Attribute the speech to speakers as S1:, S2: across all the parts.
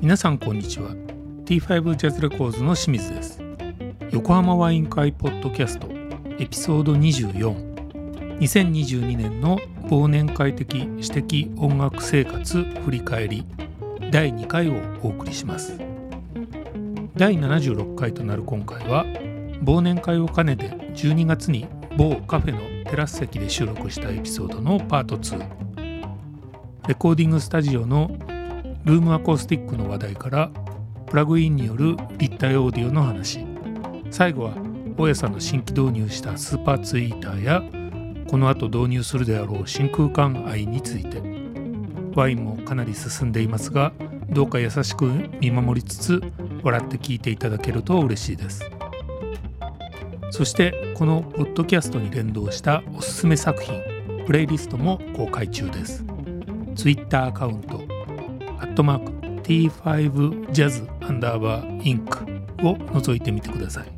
S1: 皆さんこんにちは T5 ジャズレコーズの清水です横浜ワイン会ポッドキャストエピソード24 2022年の忘年会的私的音楽生活振り返り第2回をお送りします第76回となる今回は忘年会を兼ねて12月に某カフェのテラス席で収録したエピソードのパート2レコーディングスタジオのルームアコースティックの話題からプラグインによる立体オーディオの話最後は大家さんの新規導入したスーパーツイーターやこの後導入するであろう真空管愛についてワインもかなり進んでいますがどうか優しく見守りつつ笑って聞いていただけると嬉しいですそしてこのポッドキャストに連動したおすすめ作品プレイリストも公開中ですツイッターアカウントアットマーク T5Jazz アンダーバーインクを覗いてみてください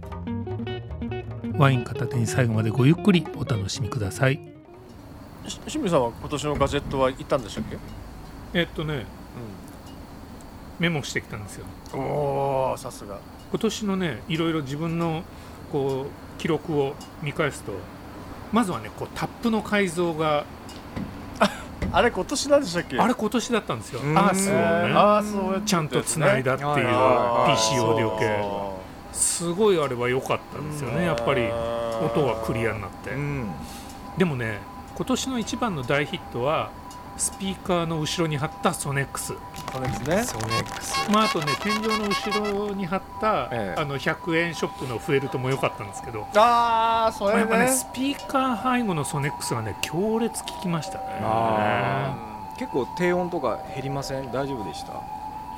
S1: ワイン片手に最後までごゆっくりお楽しみください
S2: し清水さんは今年のガジェットは行ったんでしたっけ、
S1: えっとねメモしてきたんですよ
S2: おおさすが
S1: 今年のねいろいろ自分のこう記録を見返すとまずはねこうタップの改造が
S2: あれ今年なんでしたっけ
S1: あれ今年だったんですよ
S3: うん
S1: アースを
S2: えー
S1: ね
S2: ああそうやって
S1: ちゃんとつないだっていう
S3: はいはい
S2: はい
S1: PC オーディオ系
S2: そ
S1: すごいあれは良かったんですよ
S2: う
S1: ねやっぱり
S2: あー
S1: 音がクリアになって
S3: うん、
S1: でもね今年の一番の大ヒットはスピーカーの後ろに貼ったソネックス
S2: そうですね
S3: ソネックス
S1: まああとね天井の後ろに貼った、
S3: ええ
S1: あの100円ショップのフェルトも良かったんですけど
S2: ああそ
S1: まあ
S2: れ
S1: やっぱね
S2: ね
S1: スピーカー背後のソネックスはね強烈効きましたね
S3: あ結構低音とか減りません大丈夫でした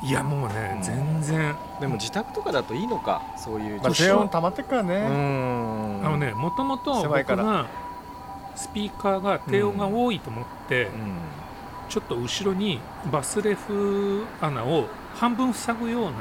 S1: いやもうね、
S3: うん
S1: 全然
S3: でも自宅とかだといいのかそういう
S2: まあ
S1: 年
S2: 低
S1: は
S2: 音溜まってっから
S3: う
S2: ね
S3: ん
S1: あのねもともと
S2: 狭い
S1: 僕
S2: から
S1: がスピーカーが低音が多いと思って、
S3: うん
S1: ちょっと後ろにバスレフ穴を半分塞ぐような
S3: うん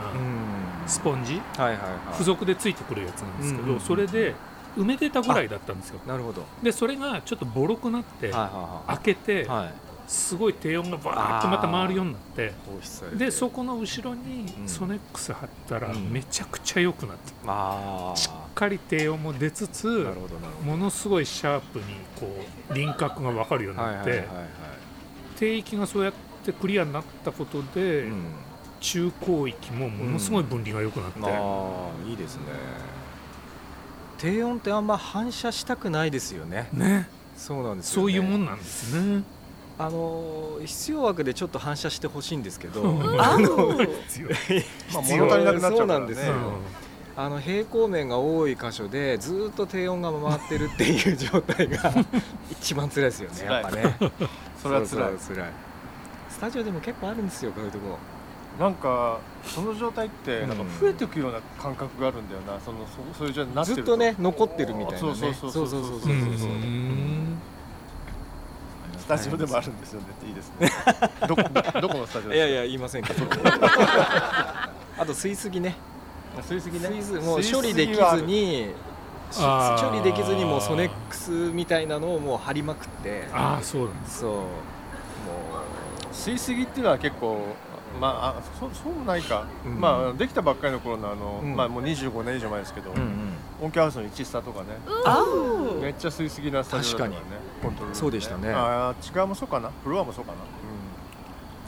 S1: スポンジ、
S3: はいはいはい
S1: 付属でついてくるやつなんですけど、
S3: うんうんうん
S1: それで埋めてたぐらいだったんですよ
S3: なるほどは
S1: でそれがちょっとボロくなって、
S3: いは
S1: 開けて、
S3: いはいはい
S1: すごい低音がバーッとまた回るようになって
S3: 放出されて
S1: でそこの後ろに
S3: うん
S1: ソネックス貼ったら
S3: うん
S1: めちゃくちゃ良くなって、
S3: あ
S1: し
S3: あ
S1: っかり低音も出つつ
S3: なるほどなるほ
S1: ものすごいシャープにこう輪郭が分かるように
S3: どはい
S1: な
S3: は
S1: っ
S3: い
S1: て、
S3: はいは
S1: 低域がそうやってクリアになったことで、
S3: いうん
S1: 中高域もものすごい分離が良くなって、
S3: ああいいですね低音ってあんま反射したくないですよね
S1: ね
S3: そうなんですよ
S1: そう
S3: ね
S1: いうもんなんですね。
S3: あのー必要枠でちょっと反射してほしいんですけど
S1: あ
S2: まあ
S3: 必
S2: 物
S3: 要
S2: 足りなくなっちゃうからね
S3: そうなんですよ あの平行面が多い箇所でずーっと低音が回ってるっていう状 態が一番辛いですよね
S2: 辛
S3: や
S2: い
S3: っぱね
S2: それは辛い
S3: そう辛いスタジオでも結構あるんですよこういうとこ
S2: なんかその状態って
S3: うん
S2: なんか増えてくような感覚があるんだよなそのそそういう状態になって
S3: ずっ
S2: る
S3: とね残ってるみたいな
S2: そ
S3: ね
S2: うそうそうそうそう
S3: そうそ
S1: う
S3: うそ
S1: ん
S3: うそう
S1: うん
S2: スタジオでもあるんですよねっていいです ねどこどこのスタジオ
S3: いやい
S2: や
S3: や言いませ んけどあと吸いすぎね
S2: 吸いすぎね
S3: 吸いすもう
S2: 吸いすぎは
S3: 処理でき
S2: あ
S3: ず
S2: る
S3: にし
S1: あー
S3: 処理できずにもうソネックスみたいなのをもう貼りまくって
S1: ああそうなんです
S3: そうも
S2: 吸いすぎっていうのは結構まああそそうないか、
S3: うん
S2: まあできたばっかりの頃のあの、
S3: うん
S2: まあもう25年以上前ですけど、
S3: う、うん
S2: 音響ハウスの一スタとかね、
S3: うん、
S2: めっちゃ吸いすぎなスタジオだったからね
S3: 確
S2: コントロール、
S3: そうでしたね
S2: ああ違うもそうかなフロアもそうかな、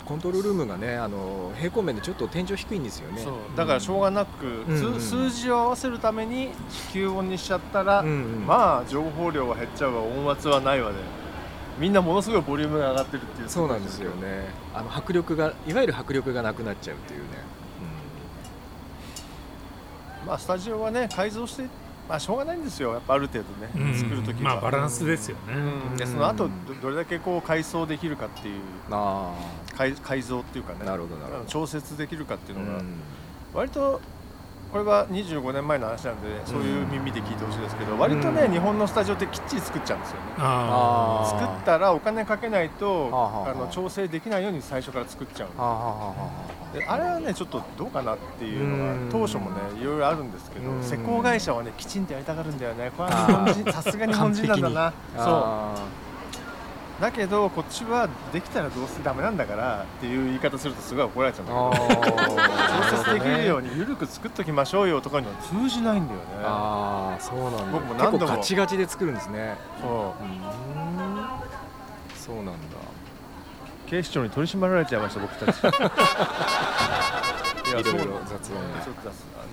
S3: コントロールルームがねあの平行面でちょっと天井低いんですよね
S2: そうだからしょうがなく、
S3: うん
S2: 数
S3: うん
S2: 数字を合わせるために吸音にしちゃったら、
S3: うんうん
S2: まあ情報量は減っちゃうわ音圧はないわで、みんなものすごいボリュームが上がってるっていう
S3: そうなんですよねあの迫力がいわゆる迫力がなくなっちゃうというね、
S2: まあスタジオはね改造してまあしょうがないんですよやっぱある程度ね、
S1: うん
S2: 作る時
S1: ま
S2: は、
S1: あバランスですよね、
S2: うんでその後どどれだけこう改装できるかっていう
S3: あ
S2: 改改造っていうか
S3: あ
S2: ね
S3: なるほどな
S2: あ
S3: る
S2: の
S3: ほど
S2: 調節できるかっていう
S3: う
S2: のが、
S3: ん
S2: 割とこれは25年前の話なんで、そういう耳で聞いてほしいですけど割とね、
S3: うん
S2: 日本のスタジオってきっちり作っちゃうんですよね
S1: あ
S3: あー
S2: 作ったらお金かけないと
S3: はあはあはあ
S2: あの調整できないように最初から作っちゃうん
S3: はあはあは
S2: であれはねちょっとどうかなっていうのが
S3: うん
S2: 当初もねいろいろあるんですけど
S3: うん
S2: 施工会社はねきちんとやりたがるんだよねこれは
S3: あー
S2: 日本人さすが日本人なんだな
S3: あはあ
S2: そ
S3: あ
S2: だけどこっちはできたらどうせダメなんだからっていう言い方するとすごい怒られちゃうんだけど調節できるように緩く作っときましょうよとかには通じないんだよね
S3: ああそうなんだ
S2: 僕も
S3: 結
S2: 何度も
S3: 構ガチガチで作るんですね
S2: そう
S3: うーんそうなんだ
S2: 警視庁に取り締まられちゃいました僕たちい
S3: い
S2: や
S3: ろ
S2: そう
S3: い
S2: なんだちょっと
S3: ろ雑音が
S2: 雑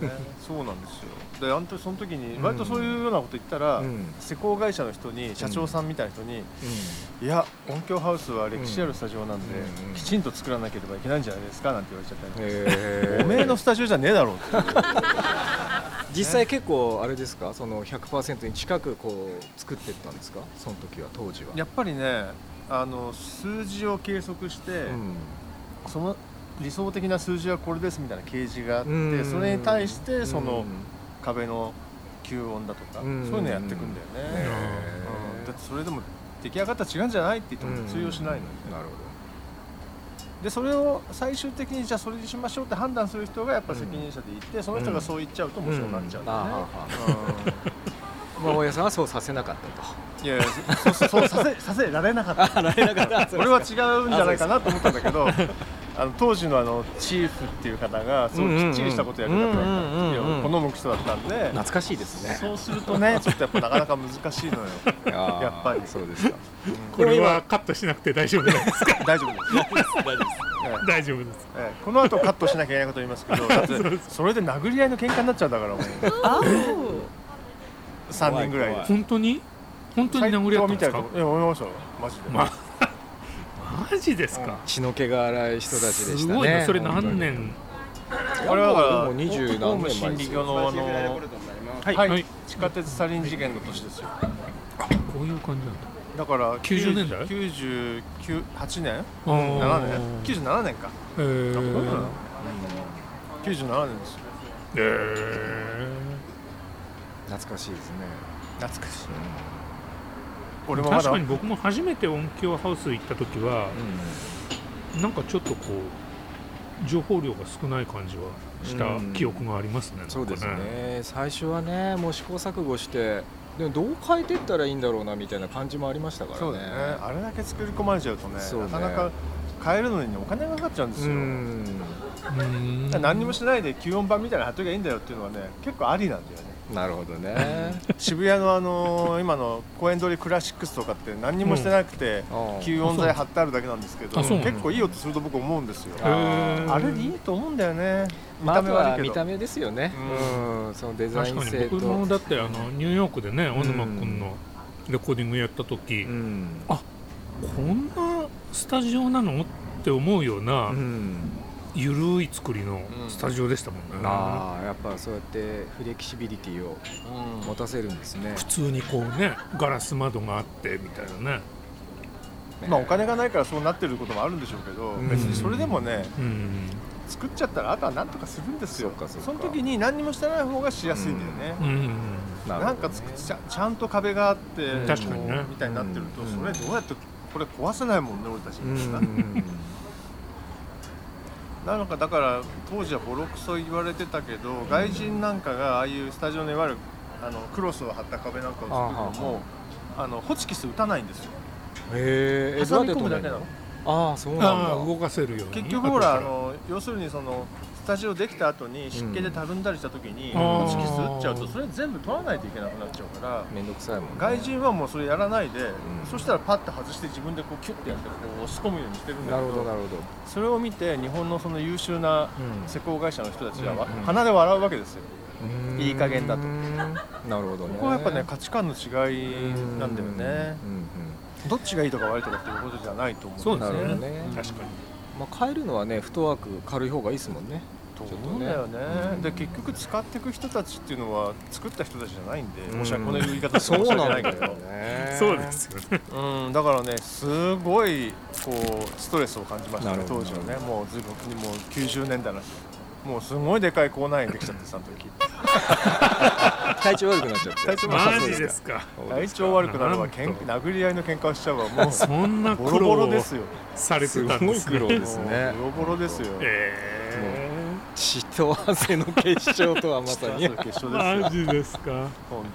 S2: だねそうなんですよであんたその時に割とそういうようなこと言ったら、
S3: うん
S2: 施工会社の人に社長さんみたいな人に、いや音響ハウスは歴史あるスタジオなんで、
S3: うんうん
S2: きちんと作らなければいけないんじゃないですかなんて言われちゃったり、
S3: へ ー
S2: おめえのスタジオじゃねえだろうっていう
S3: 実際結構あれですかその100%に近くこう作ってったんですかその時は当時は
S2: やっぱりねあの数字を計測して、
S3: うん
S2: その理想的な数字はこれですみたいな掲示があって、
S3: うん
S2: それに対してその、
S3: うん
S2: 壁の吸音だとか、
S3: うん
S2: そういうのやっていくんだよ
S3: へ
S2: ね、
S3: ー
S2: うんだってそれでも出来上がったら違うんじゃないって言っても通用しないのよね、
S3: なるほ
S2: でそれを最終的にじゃあそれにしましょうって判断する人がやっぱ責任者でいて、その人がそう言っちゃうと面白くなっちゃうんだよね、
S3: どまあ大家さんはそうさせなかったと
S2: うんいやいやそそそうさせさせられなかった俺は違うんじゃないかなと思ったんだけどあの当時のあのチーフっていう方がすごいきっちりしたことやる方だった
S3: うんうん
S2: ん
S3: う
S2: で
S3: んうんうん
S2: 好む人だったんで
S3: 懐かしいですね
S2: そうするとねちょっとやっぱなかなか難しいのよ、
S3: いやー
S2: やっぱり
S3: そうですか
S2: うん
S1: これはカットしなくて大 丈夫です
S2: 大丈夫ですええ
S1: 大丈夫です
S2: ええこの後カットしなきゃいけないこと言いますけ どだってそれで殴り合いの喧嘩になっちゃうんだからもう3人ぐらい
S3: 怖い
S2: で
S1: 本当に本当に殴り合ったんですか
S2: 斎藤みたいなとこいや思いましたよマ ジで、
S1: まマジですか
S3: 血の気が荒い人たちでし
S1: す
S3: たね
S1: ごいなそれ何年
S2: あれはだから
S3: もう二十
S2: ホー
S3: 何
S2: ム
S3: 年前
S2: 真
S3: で
S2: 理
S3: す
S2: 教
S3: よ
S2: のあのはい、
S1: はい
S2: 地下鉄サリン事件の年ですよ
S1: こういう感じなんだ
S2: だから
S1: 90年代
S2: 98年
S1: あー
S2: 7年97年か
S1: へー
S2: 97年ですよ
S1: へー
S3: 懐かしいですね
S2: 懐かしい
S3: うん
S2: 俺もま
S1: 確
S2: だ
S1: かに僕も初めて音響ハウス行った時はなんかちょっとこう情報量が少ない感じはした
S3: うん
S1: 記憶がありますね、なんかね
S3: そうですね最初はねもう試行錯誤してでもどう変えてったらいいんだろうなみたいな感じもありましたからね
S2: そうだねあれだけ作り込まれちゃうとね
S3: そうね
S2: なかなか買えるのにお金がかかっちゃうんです
S3: う
S2: よ、
S1: う
S3: ん
S1: ーん
S2: だから何にもしないで吸音板みたいなの貼っときゃいいんだよっていうのはね結構ありなんだよね
S3: なるほどね
S2: 渋谷のあのー今の公園通りクラシックスとかって何にもしてなくて、
S3: うん
S2: 吸音材貼ってあるだけなんですけど
S1: あそう
S2: 結構いい音すると僕思うんですよ
S1: へー
S2: あれでいいと思うんだよね見
S3: ま
S2: た
S3: あ、あ
S2: 目
S3: と
S2: 悪
S3: はい
S2: け
S3: 見
S2: ど、
S3: た目ですよね、うんそのデザイ
S1: 確
S3: ン
S1: かに
S3: 性と
S1: 僕もだってあのニューヨークでね小沼君のレコーディングやった時、
S3: うん
S1: こんなスタジオなのって思うような
S3: うん
S1: ゆるい作りのスタジオでしたもんね、
S3: ああやっぱそうやってフレキシビリティを
S2: うん
S3: 持たせるんですね
S1: 普通にこうねガラス窓があってみたいなね
S2: まあお金がないからそうなってることもあるんでしょうけど、
S3: うん
S2: 別にそれでもね
S1: うん
S2: 作っちゃったらあとは何とかするんですよ
S3: そうかそうか
S2: の時に何にもしてない方がしやすいんだよ
S1: う
S2: ね、
S1: ん
S3: な
S2: なんか
S3: るほどね
S2: つくちゃちゃんと壁があって、
S3: うん
S1: 確かにね
S2: こうみたいになってると、
S3: うん
S2: それどうやってこれ壊せないもんね俺たち、
S3: うん
S2: なのかだから当時はボロクソ言われてたけど、外人なんかがああいうスタジオのいわゆるあのクロスを張った壁なんかを作るのもあのホチキス打たないんですよ
S3: へえ
S2: 挟み込むだけなの
S3: ああそうなん
S1: あ
S3: だ
S1: あ動かせるように
S2: 結局ほらあの要するにそのスタジオできた後に湿気でたるんだりした時に、
S1: うん
S2: ホチキス打っちゃうとそれ全部取らないといけなくなっちゃうから
S3: めんどくさいもんね
S2: 外人はもうそれやらないで、
S3: ん
S2: そしたらパッと外して自分でこうキュッてやってこう押し込むようにしてるんだ
S3: な
S2: け
S3: る
S2: ど
S3: ほどなるほど
S2: それを見て日本のその優秀な
S3: うん
S2: 施工会社の人たちはわ
S3: うんうん
S2: 鼻で笑うわけですよ、
S3: うん
S2: いい加減だと
S3: なるほどね
S2: ここはやっぱね価値観の違いなんだよね、
S3: うんうん
S2: どっちがいいとか悪いとかっていうことじゃないと思う
S1: そう
S3: うん
S1: で
S3: な
S1: す
S3: るほど
S1: ね
S3: ね
S2: 確かに
S3: まあ変えるのはねフットワーク軽い方がいいですもんね
S2: と思うんだよねで結局使っていく人たちっていうのは作った人たちじゃないんで、もしこの言い方
S3: そう
S2: 申し訳
S3: な
S2: なんいけ
S3: だ
S2: ど
S3: よね
S1: そうですよね
S2: うん、だからね、すごいこうストレスを感じました
S3: な
S2: ね
S3: る、ほ
S2: 当
S3: ど
S2: 時はね、もうずいぶん、もう90年代だし、もうすごいでかい口内炎できちゃって、その時
S3: 体調悪くなっちゃって
S2: 体調
S1: マジですか
S2: 体調悪くなるわ、けん
S1: なんと
S2: 殴り合いの喧嘩をしちゃうわ、もう
S1: そんな
S2: ボ
S1: 苦
S2: ロ
S1: 労
S2: ボ
S1: を
S2: ロですよ、
S1: されてたんです
S3: すごい苦労で
S1: ね
S3: すね
S2: もうボロボロですよ、
S1: え
S3: 血と汗の結晶とはまさ
S2: 実は そ
S3: に
S2: う決勝で
S1: マ
S2: すよ
S1: ジですか
S2: 本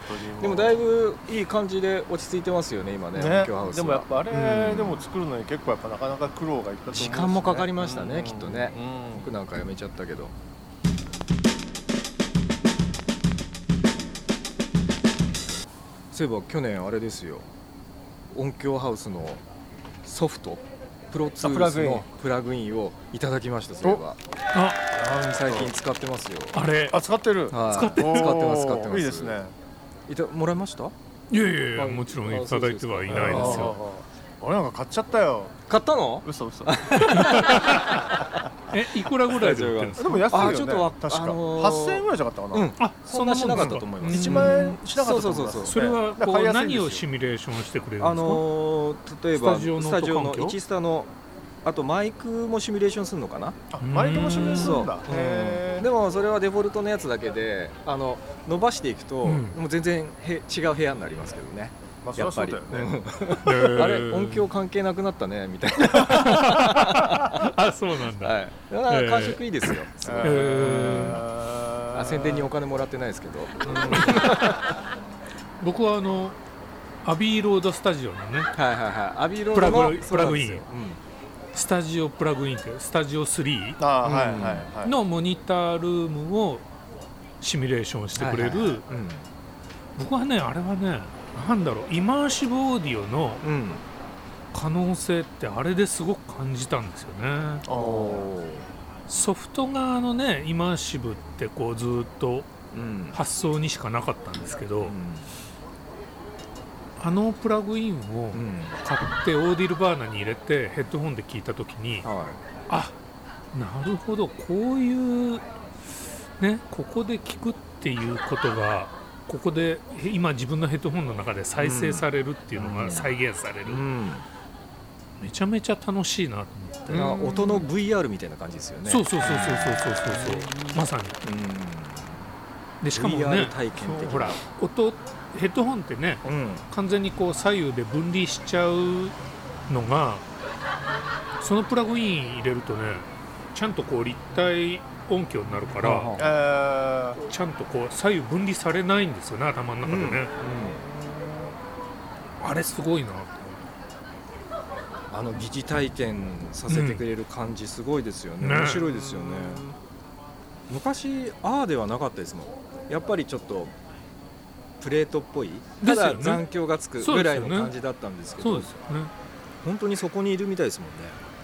S2: 当にもう
S3: でもだいぶいい感じで落ち着いてますよね今ね
S2: ね
S3: 東京ハウス
S2: でもやっ
S3: は
S2: ぱあれ、
S1: うん
S2: でも作るのに結構やっぱなかなか苦労がいったと思うんですよね
S3: 時間もかかりましたね
S2: うん
S3: きっとね
S2: うん
S3: 僕なんかやめちゃったけどそういえば去年あれですよ音響ハウスのソフトプロツールスのプラグインをいただきましたそういえば
S1: あ
S3: 最近使ってますよ
S1: あれ
S2: あ使ってる
S3: はい
S1: 使って
S2: おー
S3: 使ってます使ってます
S2: いいですね
S3: いたもらいました
S1: いやいやいや
S3: あ
S1: もちろんいただいてはいない
S3: そう
S1: で
S3: ですす
S1: よ
S3: か
S2: あー俺なんか買っちゃったよ
S3: 買ったの
S2: 嘘嘘
S1: えいくらぐらいで売ってるんです
S2: で
S1: か
S2: も安いよね
S3: あちょっとわ
S2: 確か、
S3: あのー
S2: 8000円ぐらいじゃなかったか
S3: う
S2: な、
S3: ん
S1: あ
S3: そんなしなかったと
S1: もん
S3: 思
S1: な
S3: いま
S1: ん
S3: す
S1: です
S2: 1
S1: か
S2: 万円しなかったと思い
S3: そう
S2: ます
S3: そうそう
S1: それはこ
S2: 買いうやすいんで
S1: 何
S2: すよ
S1: をシミュレーションしてくれるんですか、
S3: あのー例え
S1: ス
S3: ば
S1: タジオの音
S3: スタジオの
S1: 環境
S3: 1スタのあとマイクもシミュレーションするのかな
S2: あマイクもシミュレーションするんだ
S3: そう
S2: へ
S3: でもそれはデフォルトのやつだけであの伸ばしていくと、
S1: うん
S3: もう全然へ違う部屋になりますけどね
S2: ーまあそり
S3: や
S2: ゃ
S3: っぱ
S2: そうだ
S3: り
S2: よ ね
S1: え
S3: うん
S1: ー
S3: あれ音響関係なくなったねみたい
S1: あそうなん
S3: な、
S1: だ、
S3: はい、だから感触いいですよ、すごい
S1: えー
S3: あ宣伝にお金もらってないですけど
S1: 僕はあのアビーロードスタジオのね
S3: はいはいはいアビーロードの
S1: プラグ
S3: そうなんです
S1: プラグイ
S3: よ
S1: ンスタジオプラグインってスタジオ3
S2: ああ、
S3: うん
S2: はいはいはい
S1: のモニタールームをシミュレーションしてくれる、
S3: はいはいはい
S1: 僕はねあれはねなんだろうイマーシブオーディオの
S3: うん、うん
S1: 可能性ってあれですごく感じたんですよね
S2: あー
S3: ー
S1: ソフト側のねイマーシブってこうずっと
S3: うん
S1: 発想にしかなかったんですけど、
S3: うん
S1: あのプラグインを
S3: うん
S1: 買ってオーディルバーナに入れてヘッドホンで聞いた時に
S3: はい
S1: あなるほどこういうねここで聞くっていうことがここでへ今自分のヘッドホンの中で再生されるっていうの
S3: う
S1: が
S3: ん
S1: 再現される、
S3: うん
S1: めちゃめちゃ楽しいなと思って、
S2: うん
S3: なんか音の VR みたいな感じですよね
S1: そうそうそうそうそうそうそうまさに
S3: う
S1: でしかもね
S3: VR 体験的な
S1: そうほら音ヘッドホンってね
S3: ん、うん、
S1: 完全にこう左右で分離しちゃうのがそのプラグイン入れるとねちゃんとこう立体音響になるから、
S3: うんうん
S2: えー
S1: ちゃんとこう左右分離されないんですよね頭の中でね、あれすごいなと思
S3: あの疑似体験させてくれる感じすごいですよね、
S1: うんね
S3: 面白いですよね昔ああではなかったですもんやっぱりちょっとプレートっぽい
S1: で
S3: た
S1: すよね
S3: だ残響がつくぐらいの感じだったんです
S1: って
S3: け
S1: そう
S3: ど
S1: ですよね
S3: 本当にそこにいるみたいですもんね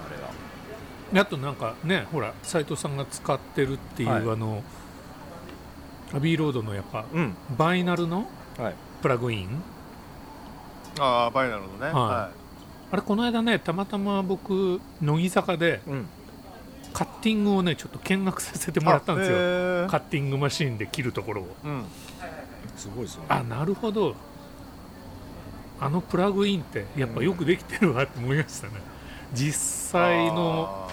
S3: あれは
S1: であとなんかねほら斎藤さんが使ってるっていう、
S3: はい
S1: あのアビーロードのやっぱ
S3: うん
S1: バイナルの
S3: はい
S1: プラグイン
S2: ああバイナルのね、はい
S1: はあれこの間ねたまたま僕乃木坂で
S3: うん
S1: カッティングをねちょっと見学させてもらったんですよ、
S2: あへー
S1: カッティングマシンで切るところを
S2: うん、
S3: すごいですよね
S1: あなるほどあのプラグインってやっぱよくできてるわって思いましたね実際の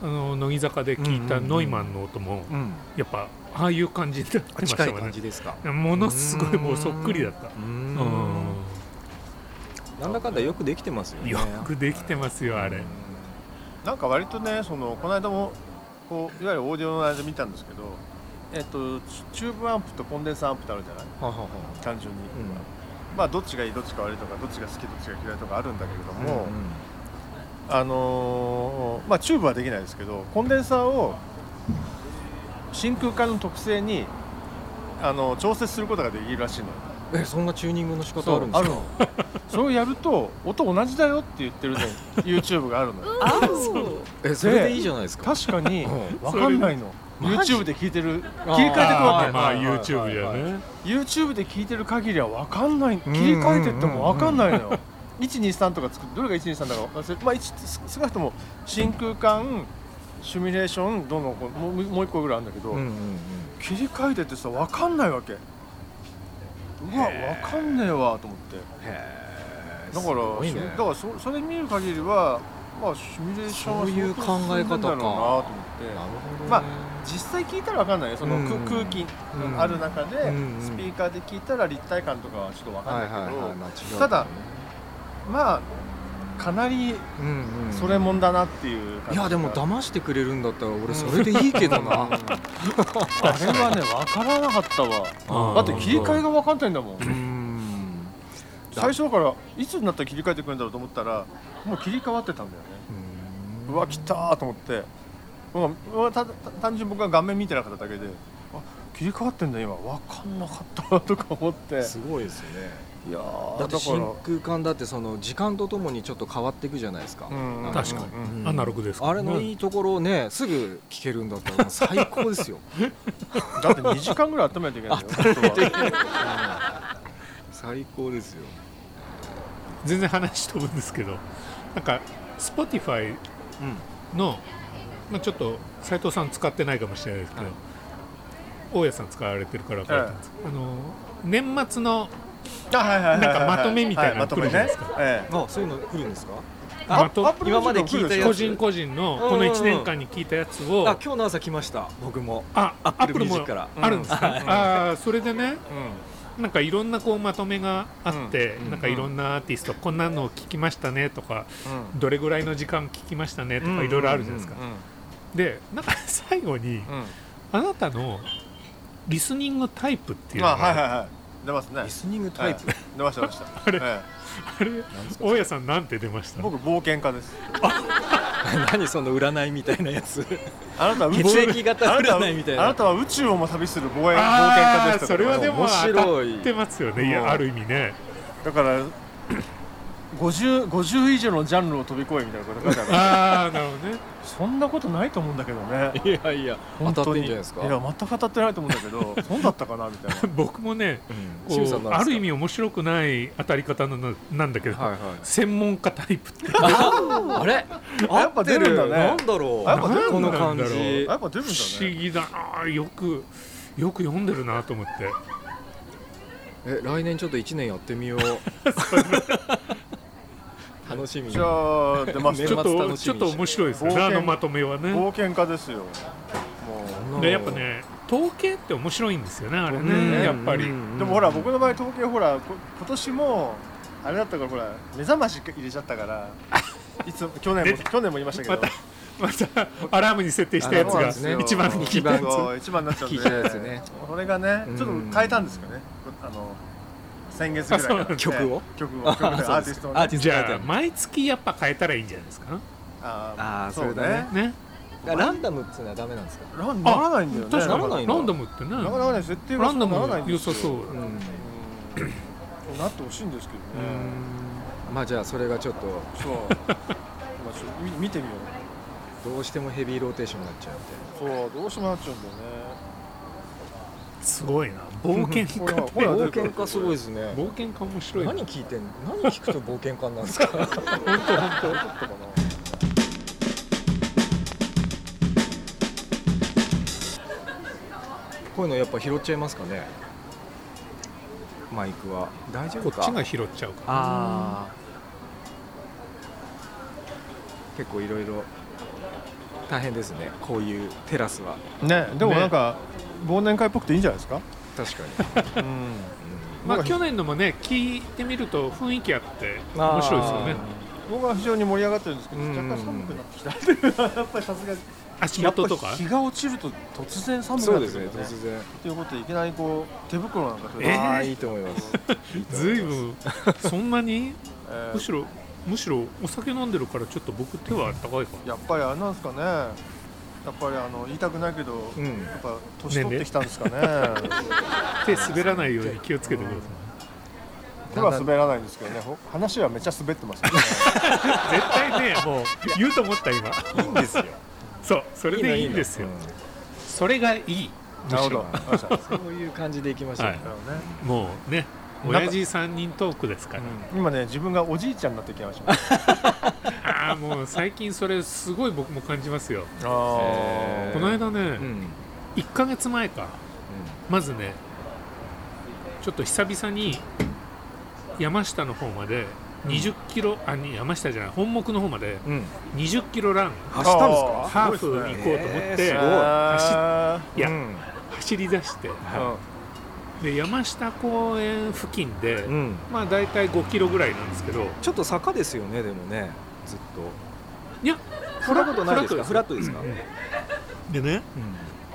S1: あの乃木坂で聞いた
S3: うんうんうん
S1: ノイマンの音も
S3: うん
S1: やっぱああいう感じになって
S3: あ
S1: ました
S3: 近い
S1: よ
S3: 感
S1: ね
S3: じですか
S1: ものすごいもうそっくりだった
S3: うー
S1: うんん
S3: なんだかんだよくできてますよね
S1: よくできてますよあれ
S2: あーなんか割とねそのこの間もこういわゆるオーディオの間見たんですけどえっとチチューブアンプとコンデンサーアンプってあるじゃない
S3: ははは
S2: 単純に、
S3: う
S2: まあどっちがいいどっちが悪いとかどっちが好きどっちが嫌いとかあるんだけれど
S3: ん
S2: も、あのーまあチューブはできないですけどコンデンサーを真空管の特性にあの調節することができるらしいの
S3: えそんなチューニングの仕方
S2: そ
S3: あ
S2: う
S3: るんですか
S2: のそれをやると音同じだよって言ってる ね YouTube があるのよ
S3: えそれでいいじゃないですか
S2: 確かに
S3: うん
S2: わかんないの
S3: マジ
S2: YouTube で聞いてる
S3: あー
S2: 切り替えてくわ
S1: ま
S2: け
S1: あまあ
S3: はいはいはい
S1: YouTube じゃね
S2: YouTube で聞いてる限りはわかんない切
S3: ん
S2: り替えてってもわかんないのよ123とか作ってどれが123だか忘れてまあ一少なくとも真空管シミュレーションどのこもうもう一個ぐらいあるんだけど、
S3: うんうんうん
S2: 切り替えてってさわかんないわけうわわかんねえわと思って
S3: へえ
S2: だから
S3: すごいね
S2: それだからそそれ見る限りはまあシミュレーションは
S3: そうい
S2: 相
S3: う
S2: 当進んでんだろうなと
S3: 考
S2: 思
S3: えなる
S2: って
S3: ほどね
S2: まあ実際聞いたらわかんないよその
S3: うん
S2: く空気のある中で
S3: うんうん
S2: スピーカーで聞いたら立体感とかはちょっとわか
S3: はい
S2: ん
S3: はい
S2: ないけ
S3: は
S2: ど
S3: いまあ違う
S2: ただまあかなり
S3: うんうん
S2: それもんだなっていう感じ
S3: い
S2: が
S3: やでも騙してくれるんだったら俺それでいいけどな、
S2: あれはね分からなかったわ
S1: うん
S2: だって切り替えが分かんないんだもん
S3: うん
S2: 最初だからいつになったら切り替えてくるんだろうと思ったらもう切り替わってたんだよねうわ来たーと思って僕は僕はたた単純に僕が画面見てなかっただけであ切り替わってんだ今分かんなかったわとか思っていや
S3: すごいですよね
S2: ー
S3: だって
S2: から
S3: 真空管だってその時間とともにちょっと変わっていくじゃないですか、
S2: うん
S3: なん
S1: 確かに、
S2: うん
S1: アナログですか
S3: あ
S1: ら
S3: れ
S1: ね
S3: のいいところをねすぐ聞けるんだったらもう最高ですよ
S2: だって2時間ぐらい温めないといけないんだよ本当は
S3: 最高ですよ
S1: 全然話飛ぶんですけどなんか Spotify の、まあ、ちょっと斉藤さん使ってないかもしれないですけど、
S3: はい
S1: 大家さん使われてるから分かるんですけど、あの年末の
S2: あはいはいはいはい
S1: なんかまとめみたいなの
S2: はまとめ
S1: 来るじゃない
S2: ね
S1: ですか
S2: ええ
S3: うん、あそういうの来るんですか
S1: ま
S2: ア
S1: と
S2: ップル
S3: 今まで聞いたやつ
S1: 個人個人のこの1年間に聞いたやつを、
S3: あ今日の朝来ました僕も
S1: あアップル
S3: Apple
S1: も
S3: Music から
S1: あるんですか、
S3: うん
S1: ああそれでね
S2: う
S1: なんかいろんなこうまとめがあって、
S3: うん
S1: なんかいろんなアーティスト、こんなのを聞きましたねとか
S2: ん
S1: どれぐらいの時間聞きましたねと
S2: うん
S1: かいろいろあるじゃないですか、
S2: うん
S1: でなんか最後に
S2: うん
S1: あなたのリスニングタイプっていう
S2: あ
S1: のが
S2: はいはいはい出ますね
S3: リスニングタイプ、
S2: はい出ました出ました
S1: あれ
S2: え
S1: あれ
S3: なんですか
S1: 大家さんなんて出まし
S2: え
S1: た
S2: 僕冒険家です
S3: 何その占いみたいなや つ
S2: あなたは宇宙
S3: 血液型
S2: あなたは
S3: 占いみたいな
S2: あなたは宇宙をも旅する防衛冒険家
S1: あ
S2: です
S1: ー
S2: と
S1: それはでも
S3: 面
S1: 当
S3: 白い
S1: たってますよねい
S2: もう
S1: やある意味ね
S2: だから50 50以上のジャンルを飛び越えみたいなこと書いてある
S1: ああなるほどね
S2: そんなことないと思うんだけどね
S3: いやいや当
S2: 本
S3: たっ
S2: 当
S3: てんじ
S2: に
S3: ゃないですか
S2: いや全く当たってないと思うんだけど そうだったかなみたいな
S1: 僕もね
S3: う
S1: こ
S3: んシムさん
S1: う
S3: なんですか
S1: ある意味面白くない当たり方なのなんだけど、
S3: はいはい
S1: 専門家タイプって
S3: ああれ
S2: やっぱ出るんだね
S3: 合ってるなんだろう
S2: やっぱ出る
S3: こ
S2: んだ
S3: の感
S1: なんだろう
S3: じ
S2: やっぱ出るん
S1: 不
S2: だ
S1: 思
S2: ね
S1: 議だなよくよく読んでるなと思って
S3: え来年ちょっと一年やってみよう 楽しみ
S2: じゃあ出 まし
S3: 年
S1: ち
S2: た
S3: 末
S1: ょっ
S2: よ
S1: と
S3: 楽しみに
S1: ちょっと面白いですよね
S2: 冒
S1: あ
S2: 険
S1: のまとめはね
S2: 冒険家ですよも
S3: うん
S1: でやっぱね統計って面白いんですよねあれね、
S2: うん
S1: やっぱり、
S2: うでもほら僕の場合統計ほらこ今年もあれだったからほら目覚まし入れちゃったからいつ去年
S1: 出
S2: も去年も言いましたけど
S1: またまたアラームに設定したやつ
S2: そうなん
S1: が
S2: ですよ
S1: 一番に聞いたやつ
S2: そう一番になっちゃうんで
S3: 聞いたやつね
S2: これがね
S3: うん
S2: ちょっと変えたんですかねあの先月ぐらいから
S1: あそう
S3: 曲を
S2: 曲を曲をアーティストをね
S3: アーティス
S1: じ
S3: ト
S1: ゃあ毎月やっぱ変えたらいいんじゃないですか
S2: あー
S3: あーそれだね
S1: ね
S3: あランダムっていうのはダメなんですか、
S2: ランならないんだよ
S1: 確
S2: ね
S1: かに
S3: ならない
S1: ラ
S3: の
S1: ンダムってね
S2: なかなかね設定が
S1: ラン
S2: そう
S1: ダ
S2: ならないん
S1: ム
S2: で
S1: 良
S2: すよ
S1: さそう
S3: う
S1: だ
S2: う
S3: ん、
S2: んなってほしいんですけどね
S3: まあじゃあそれがちょっと
S2: そうまあちょっとみ見てみよう
S3: どうしてもヘビーローテーションになっちゃうみ
S2: そうどうしてもなっちゃうんだよ
S1: すごいな冒険家
S2: ねほ
S3: たい
S2: ら
S3: な
S2: ほら
S3: 冒険家すごいですね
S1: 冒険家面白いな
S3: 何聞いてん何聞くと冒険家なんですか
S2: どうだったかな
S3: こういうのやっぱ拾っちゃいますかねマイクは大丈
S1: こ
S3: 夫か
S1: っちが拾っちゃうから
S3: あー結構いろいろ大変ですねこういうテラスは
S2: ねでもなんか忘年会っぽくていいんじゃないですか
S3: 確か
S2: う
S3: に、
S2: ん
S1: まあ去年のもね聞いてみると雰囲気あって
S3: あー
S1: 面白いですよね
S2: 僕は非常に盛り上がってるんですけど、
S3: うん
S2: 若干寒くなってきたっていうのはやっぱりさすがに
S1: 足元とか
S2: やっぱ日が落ちると突然寒く
S3: そ
S2: な
S3: う
S2: って
S3: で
S2: く
S3: す
S2: る
S3: ね
S2: よね
S3: 突然
S2: ということでいきなりこう手袋なんか
S1: えー
S3: ああいいと思いますいいと思います
S1: ずいぶんそんな に
S2: え
S1: むしろむしろお酒飲んでるからちょっと僕手はあったかいか
S2: やっぱりあれなんですかねやっぱりあの言いたくないけど、
S3: うん
S2: やっぱ年取ってきたんですかね
S1: な手滑らないように気をつけてくださ
S2: 手は滑らないんですけどねほ話はめっちゃ滑ってますけどね
S1: い絶対ねもう言うと思った今
S3: いいんですよ
S1: そうそれでいいんですよ
S3: の
S1: それがいいむ
S2: なる
S1: し
S2: ほど
S1: ろ
S2: わかりましたなる
S3: うんそういう感じでいきましょう、
S1: はい
S2: ほどね
S1: もうね親父三人トークですから、
S2: 今ね自分がおじいちゃんになってきました
S1: ああもう最近それすごい僕も感じますよ、
S3: ー
S1: この間
S3: うん
S1: ね、一1ヶ月前かまずねちょっと久々に山下の方まで20キロ、あに山下じゃない本木の方まで
S3: うんうん
S1: 20キロラン
S3: 走ったんです
S2: あ
S3: か
S1: ハーフに行こうと思って
S3: ー
S1: 走っ
S2: あ
S1: いや
S3: うん
S1: 走り出して
S3: は
S1: で山下公園付近で、
S3: うん、
S1: まあ大体5キロぐらいなんですけど
S3: ちょっと坂ですよねでもねずっ
S1: い
S3: と
S1: や
S3: そんなことないですかフ
S1: フ
S3: ラ
S1: ラ
S3: ットですか、
S1: でね
S3: うん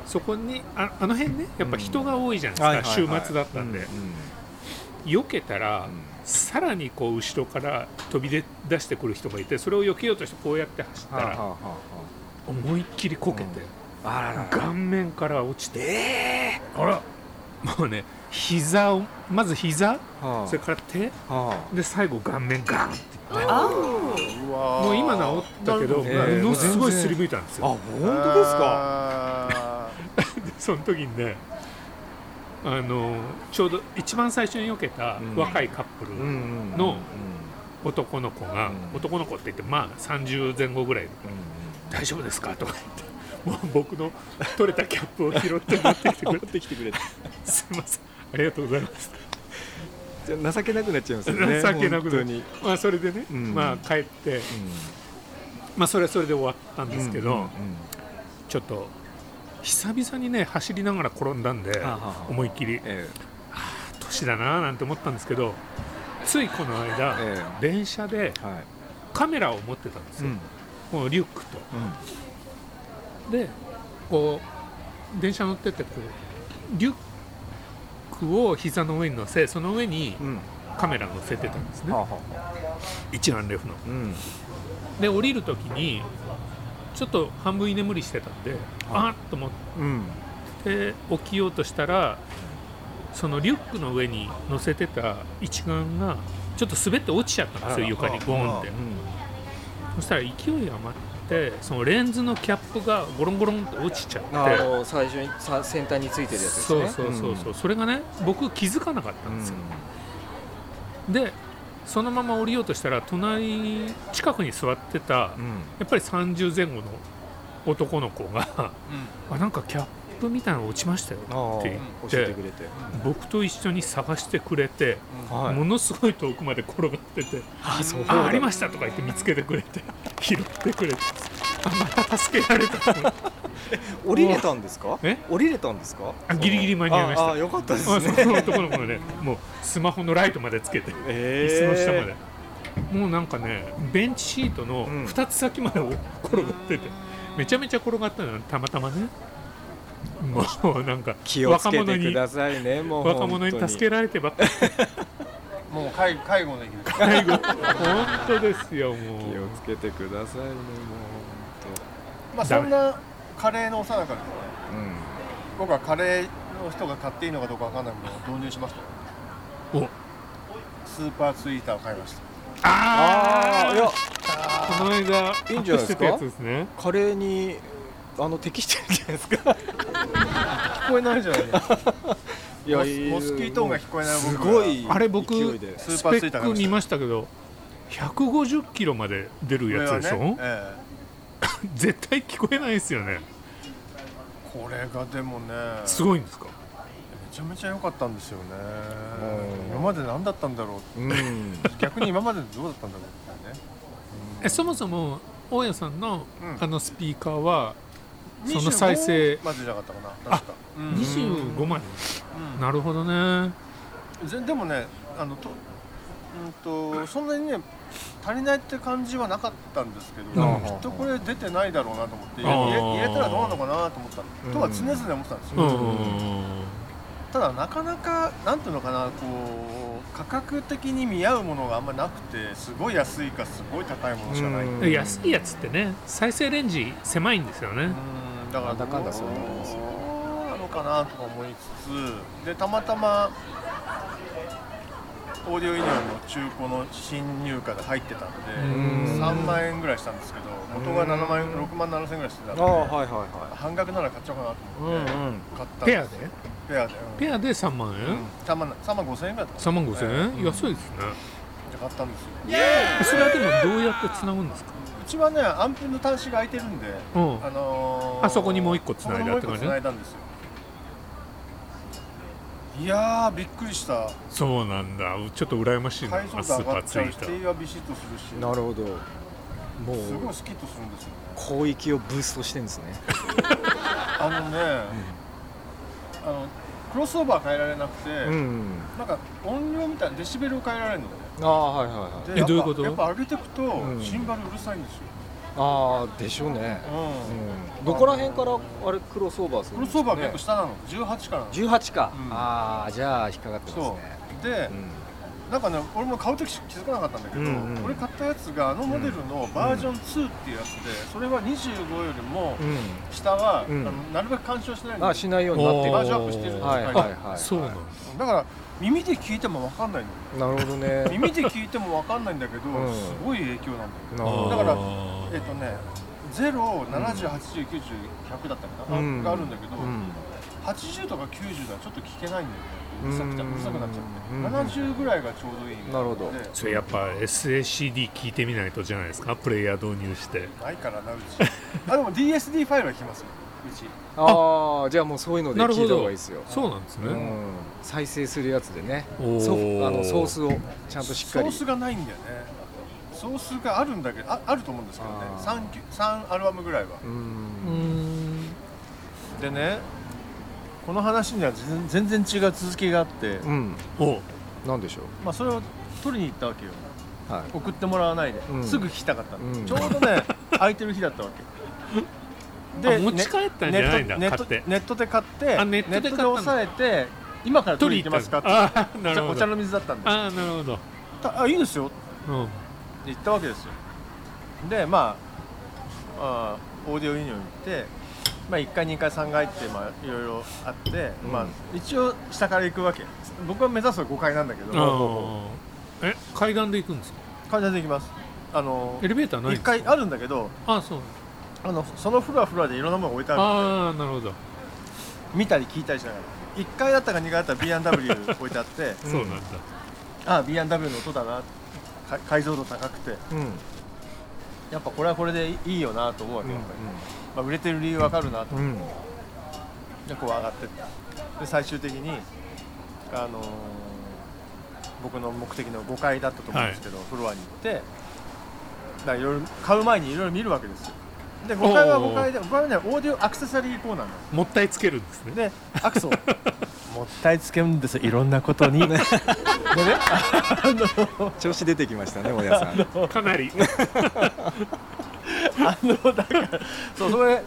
S1: そこにああの辺ねやっぱ人が多いじゃ
S3: は
S1: ないい
S3: はい
S1: で
S3: は
S1: す
S3: い
S1: か、週末だったんで、避けたら、さらにこう後ろから飛び出出してくる人がいてそれを避けようとしてこうやって走った
S3: はあは
S1: ら、
S3: あは
S1: 思いっきりこけて、
S3: あはああらら
S1: 顔面から落ちて
S3: え
S1: あらもうね膝をまず膝
S3: ーは
S1: それから手
S3: あは
S1: で最後顔面ガーンって
S2: うわー
S1: もう今治ったけども
S3: なるほどね
S1: のすごいすりむいたんです
S3: あ
S1: よ
S3: 本当ですか
S2: か
S1: で その時にねあのちょうど一番最初に避けた
S3: うん
S1: 若いカップル、
S3: うんうん
S1: の
S3: うん
S1: 男の子が、
S3: うん
S1: 男の子って言ってまあ30前後ぐらい「大丈夫ですか?」とか言ってもう 僕の取れたキャップを拾って持ってきてく
S3: うん
S1: れ
S3: 持ってきてくれて
S1: 「すいませんありがとうございます
S3: じゃあ情けなくなっちゃいま」す
S1: 情
S3: よね
S1: けなく
S3: 本
S1: な
S3: 当
S1: る
S3: に、
S1: まあ、それでね、
S3: うん
S1: まあ帰ってまあそれはそれで終わったんですけど、ちょっと久々にね走りながら転んだんで
S3: はあはあ
S1: 思いっきり
S3: え
S1: 年だなーなんて思ったんですけどついこの間、
S3: え
S1: 電車で
S3: えはい
S1: カメラを持ってたんですよ、このリュックと
S3: う
S1: でこう電車乗ってってこうリュックを膝の上に乗せその上に
S3: んうん
S1: カメラ乗せてたんですね、
S3: はあはあ
S1: 一眼レフの
S3: うん
S1: で降りるときにちょっと半分居眠りしてたんで、あっと思っ
S3: うん
S1: て起きようとしたらそのリュックの上に乗せてた一眼がちょっと滑って落ちちゃったんですよ床にゴーンってそしたら勢い余ってそのレンズのキャップがゴロンゴロンって落ちちゃって
S3: あの最初にさ先端についてるやつですね
S1: そうそうそうそう、それがね僕気づかなかったんですよ、でそのまま降りようとしたら隣近くに座ってたや
S3: うんうん
S1: っぱり30前後の男の子があなんかキャップみたいなの落ちましたよ
S3: あ
S1: って
S3: あ教
S1: 言
S3: え
S1: ってて
S3: くれて
S1: 僕と一緒に探してくれて、
S3: はい
S1: ものすごい遠くまで転がってて
S3: あそう
S1: あありましたとか言って見つけてくれて 拾ってくれてあまた助けられたと思って
S3: 降りれたんですか
S1: え
S3: 降りれたんですか
S1: あギリギリ間に合いました
S3: ああよかったです
S1: あ
S3: ね
S1: その男の子がねもうスマホのライトまでつけて椅子の下まで、もうなんかねベンチシートの
S3: うん
S1: 2つ先まで転がってて、めちゃめちゃ転がったのよたまたまねもうなんか
S3: 気をつけ
S1: 若者
S3: てく
S1: に
S3: ださいねもう
S1: 若者に助け
S3: け
S1: られてばっかり
S2: もう介介護の域です
S1: 最後本当ですよも
S3: 気を
S1: う
S3: つけてくださいねもう
S2: まあそんなカレーの幼かですね
S3: 本当うん
S2: 僕はカレーの人が買っていいのかどうかわかんないものを導入しましたよ
S1: お
S2: スーパーツイーターを買いました
S1: あ
S3: ああ
S1: あ
S3: いや
S1: この間
S3: いいんじゃないですか
S1: 隠してたやつですね
S3: カレーにあの適してるんじゃないですか
S2: 聞こえないじゃないですかモス
S3: い
S2: モスキート音が聞こえない
S3: す
S2: 僕
S3: ごい
S1: あれ僕
S3: 勢いで
S2: ス
S1: ス
S2: ー
S1: ペ
S2: パーツイー
S1: ッ
S2: ター買
S1: ク
S2: いまし
S1: 見
S2: た
S1: ましたけど150キロまで出るやつでしょ、
S2: これはねえ
S1: 絶対聞こえないですよね
S2: えこれがでもね
S1: すごいんですか
S2: めちゃめちゃ良かったんですよね
S3: うん
S2: 今まで何だったんだろ う
S3: うん
S2: 逆に今までどうだったんだろうみたいなね
S1: えそもそも大家さんの、
S2: うん
S1: あのスピーカーは その再生
S2: までじゃなかったかな確かうん
S1: 25万、
S2: うん
S1: なるほどね
S2: ぜでもねあのと、うん、とそんなにね足りないって感じはなかったんですけど、
S1: うん
S2: きっとこれ出てないだろうなと思って
S1: あ
S2: 入れ
S1: ー
S2: 入れたらどうなのかなと思った
S3: うん
S2: とは常々思ってたんです
S1: う
S2: よ、
S1: ん、
S2: ただなかなかなんていうのかなこう価格的に見合うものがあんまなくてすごい安いかすごい高いものしかない、う
S3: うんん
S1: で安いやつってね再生レンジ狭いんですよね、
S2: だから
S3: なんだかんだそう
S2: ど
S3: なんですよ
S2: うなのかなとか思いつつでたまたまオーディオイニオンの中古の新入荷で入ってたんで、
S1: うん
S2: 3万円ぐらいしたんですけど元が7万円6万7千円ぐらいしてたん
S3: あ
S2: で
S3: あはいは
S2: 半額なら買っちゃおうかなと
S3: いはいうんうん
S2: 思って
S1: ペ
S2: 買
S1: ア
S2: っ
S1: で
S2: たんですペアで
S1: ペアで3万円、
S2: うんうん3万3万5千円ぐらいだった
S1: 3万5千円、
S2: ええ
S1: 安いですね
S2: で買ったんですよ
S1: それはでもどうやってつなぐんですか
S2: うちはねアンプの端子が空いてるんで、
S1: うん
S2: あのー
S1: あそこにもう一個繋いだって感じ
S2: そこにもう一個繋いだんですよいやーびっくりした
S1: そうなんだちょっと羨ましいな
S2: 解像度上がっちゃうし
S1: た
S2: 定はビシッとするし
S3: なるほども
S2: すご
S3: う
S2: いスキッとするんですよね
S3: 広域をブーストしてんですね
S2: あのね、あのクロスオーバー変えられなくて、
S3: うん
S2: なんか音量みたいなデシベルを変えられるのね
S3: ああはいはいはい
S2: で
S1: え
S2: やっ
S1: ど
S2: ぱ
S1: ういうこと
S2: やっぱ上げていくと
S3: うん
S2: シンバルうるさいんですよ、
S3: ああでしょうね、
S2: うん
S3: うん、どこら辺からあれクロスオーバーする
S2: ク
S3: ん
S2: ロ
S3: です
S2: スオーバー結構下なの18からなの
S3: 構18か、
S2: うん
S3: ああじゃあ引っかかってます
S2: そ
S3: ね
S2: うで、なんかね俺も買う時気づかなかったんだけど、
S3: うんうん
S2: 俺買ったやつがあのモデルのバージョン2っていうやつでそれは25よりも
S3: うん、
S2: 下は、
S3: うん
S2: あのなるべく干渉しないん
S3: あ
S2: だ
S3: あしないようになってる
S1: お
S2: バージョンアップしてる
S1: ー
S3: はいはい
S2: はい
S3: はい
S1: そうなんだ
S2: だから耳で聞いても分かんないのよ
S3: なるほどね
S2: 耳で聞いても分かんないんだけど、
S3: うん
S2: すごい影響なんだよ
S3: なるほ
S2: だ
S3: ど
S2: から
S1: あー
S2: えっ、とね070809010だったかな、
S3: うん
S2: があるんだけど、
S3: うん
S2: 80とか90ではちょっと聞けないんだよね
S3: う
S2: うんるさくちゃうるさくなっち
S3: うん
S2: ゃって、70ぐらいがちょうどいいみたい
S3: なるほど
S2: で
S4: それやっぱ SACD 聞いてみないとじゃないですかプレイヤー導入して
S2: ないからなうち あでも DSD ファイルは来ますようち
S3: ああじゃあもうそういうので
S1: なる
S3: 聞
S1: ほ
S3: いた
S1: ど
S3: 方がいいですよ、
S1: そうなんですね、
S3: うん、再生するやつでね
S1: おー
S3: ソフあのソースをちゃんとしっ
S2: ソ
S3: かり
S2: ースがないんだよねソースがあるんだけどああると思うんですけどね
S3: あー
S2: 3, アルバムぐらいは
S3: う
S1: うんん
S2: でねこの話には全全然違う続きがあって、
S3: うん
S1: お
S3: なんでしょ
S2: まあ、それを取りに行ったわけよ
S3: うはい
S2: 送ってもらわないで、
S3: うん
S2: すぐ聞きたかったの、
S3: うん
S2: ちょうど ね空いてる日だったわけ
S1: あ持ち帰ったんじゃないんだ
S2: ネッ
S1: 買
S2: ト
S1: って
S2: ネットで買って
S1: あネットで買ったんだ
S2: 押さえて今から取りに行きますかって
S1: ああーなるほ
S2: お茶
S1: ど
S2: の水だったんで
S1: ああなるほど、
S2: あいいですよ
S1: うん、
S2: で行ったわけですよでまああーオーディオユニオンに行って、まあ、1階2階3階ってまあいろいろあって、
S3: うん
S2: まあ、一応下から行くわけ僕は目指すのは5階なんだけど
S1: ああえ階段で行くんですか
S2: 階段で行きますあの
S1: エレベーターないんです
S2: 1
S1: か
S2: 階あるんだけど
S1: あそう
S2: あのそのフロアフロアでいろんなものが置いてある
S1: ああなるほど
S2: 見たり聞いたりしながら1階だったか2階だったら B&W 置いてあって
S3: うん
S1: そうなんだ、
S2: ああ B&W の音だなか解像度高くて
S3: うんうん
S2: やっぱこれはこれでいいよなと思うわけ、やっぱりまあ、売れてる理由わかるなと
S3: うん
S2: でこう上がってってで最終的に、あのー僕の目的の5階だったと思うんですけど、フロアに行ってだからいろいろ買う前にいろいろ見るわけですよで5階は5階で5階はねオーディオアクセサリーコーナーなんです
S1: もったいつけるんですね
S2: でアクソもったいつけるんですよいろんなことに でね
S3: 調子出てきましたね おやさん
S1: かなり
S2: あのだからそうそれ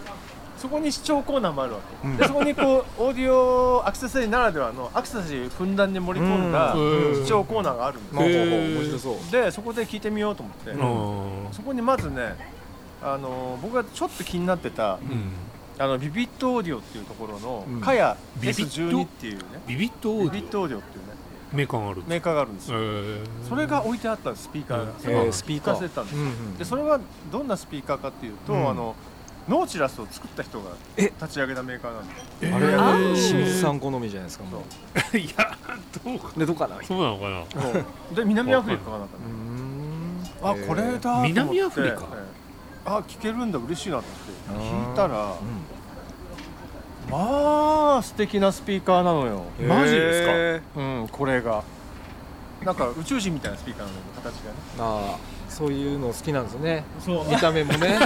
S2: そこに視聴コーナーもあるわけ、
S3: うん
S2: でそこにこうオーディオアクセサリーならではのアクセサリーをふんだんに盛り込んだ
S1: うん
S2: 視聴コーナーがあるんですよ
S3: まあほうほう面白そう
S2: でそこで聞いてみようと思って、
S1: うんうん
S2: そこにまずねあの僕がちょっと気になってたあのビビットオーディオっていうところの
S3: うん
S2: カヤ
S1: ビビット
S2: S12 っていうね
S1: ビビッと
S2: ビ
S1: オー
S2: ビ
S1: デ
S2: ッ
S1: ィ
S2: トオーディオっていうね
S1: オメーカーがあるんです
S2: メーカーがあるんです
S1: え
S2: よ
S1: ー
S2: それが置いてあったスピーカーが、そ
S3: え
S2: れを
S3: ースピーカー
S2: 聞かせてたんです
S3: う
S2: よ、
S3: んうん
S2: でそれはどんなスピーカーかっていうと、
S3: うん
S2: あのノーチラスを作った人が
S3: え
S2: 立ち上げたメーカーなんです
S1: え
S3: あれ
S1: ー
S3: 清水さん好みじゃないですかも
S1: いやどうか
S3: うでどうかなう
S1: そうなのかな
S2: で南アフリカかなんか
S3: ーん
S2: あこれだと思って
S1: 南アフリカ
S2: ええあ聞けるんだ嬉しいなと思って聞いたらまあ素敵なスピーカーなのよ、
S1: マジですか
S3: か
S2: うんこれがなんか宇宙人みたいなスピーカーなのよ形がね
S3: あーそういうの好きなんですね
S2: そう
S3: 見た目もね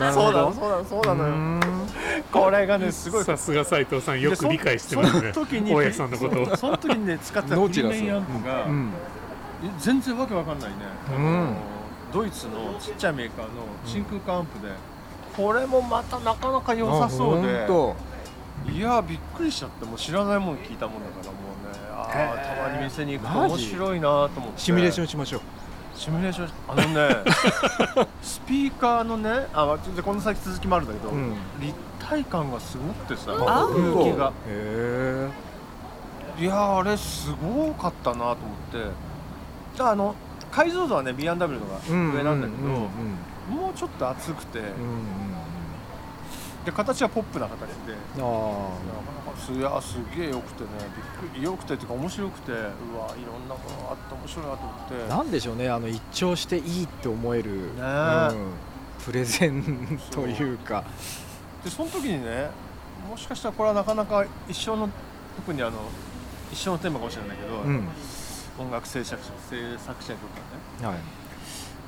S3: なる
S2: そ
S3: ほ
S2: うな
S3: ど
S2: のそうなの そうな
S3: う
S2: のよ
S3: ーん
S2: これがねすごい
S1: さすが斉藤さんよく理解してますね
S2: でその時に
S1: 大家さんのことを
S2: その時にね使ってた
S3: ノーチラス
S2: フリーメンアンプが、
S3: うん
S2: え全然わけわかんないね、
S3: うん
S2: ドイツのちっちゃいメーカーの真空管アンプで、これもまたなかなか良さそうで
S3: あほんと
S2: いやびっくりしちゃってもう知らないもん聞いたもんだからもうねあーたまに店に行くと
S3: マジ
S2: 面白いなと思って
S3: シミュレーションしましょう
S2: シミュレーションあのね スピーカーのねあまあちょっとこの先続きもあるんだけど、
S3: うん
S2: 立体感がすごくてさ
S5: あ
S2: 空気が
S3: へ
S2: いやーあれすごかったなと思ってじゃああの解像度はね B&W のが
S3: えうん
S2: 上なんだけど、
S3: うんうん
S2: もうちょっと厚くて、
S3: うんうん
S2: で形はポップな形で
S3: うんあ
S2: すいやすげえ良くてねびっくり良くてっていうか面白くてうわいろんなものがあって面白いなと
S3: あ
S2: 思っ
S3: なんでしょうねあの一聴していいって思える、うんプレゼンというか
S2: てでその時にねもしかしたらこれはなかなか一生の特にあの一生のテーマかもしれないけど、
S3: うん
S2: 音楽制作者制作者にとってはね
S3: は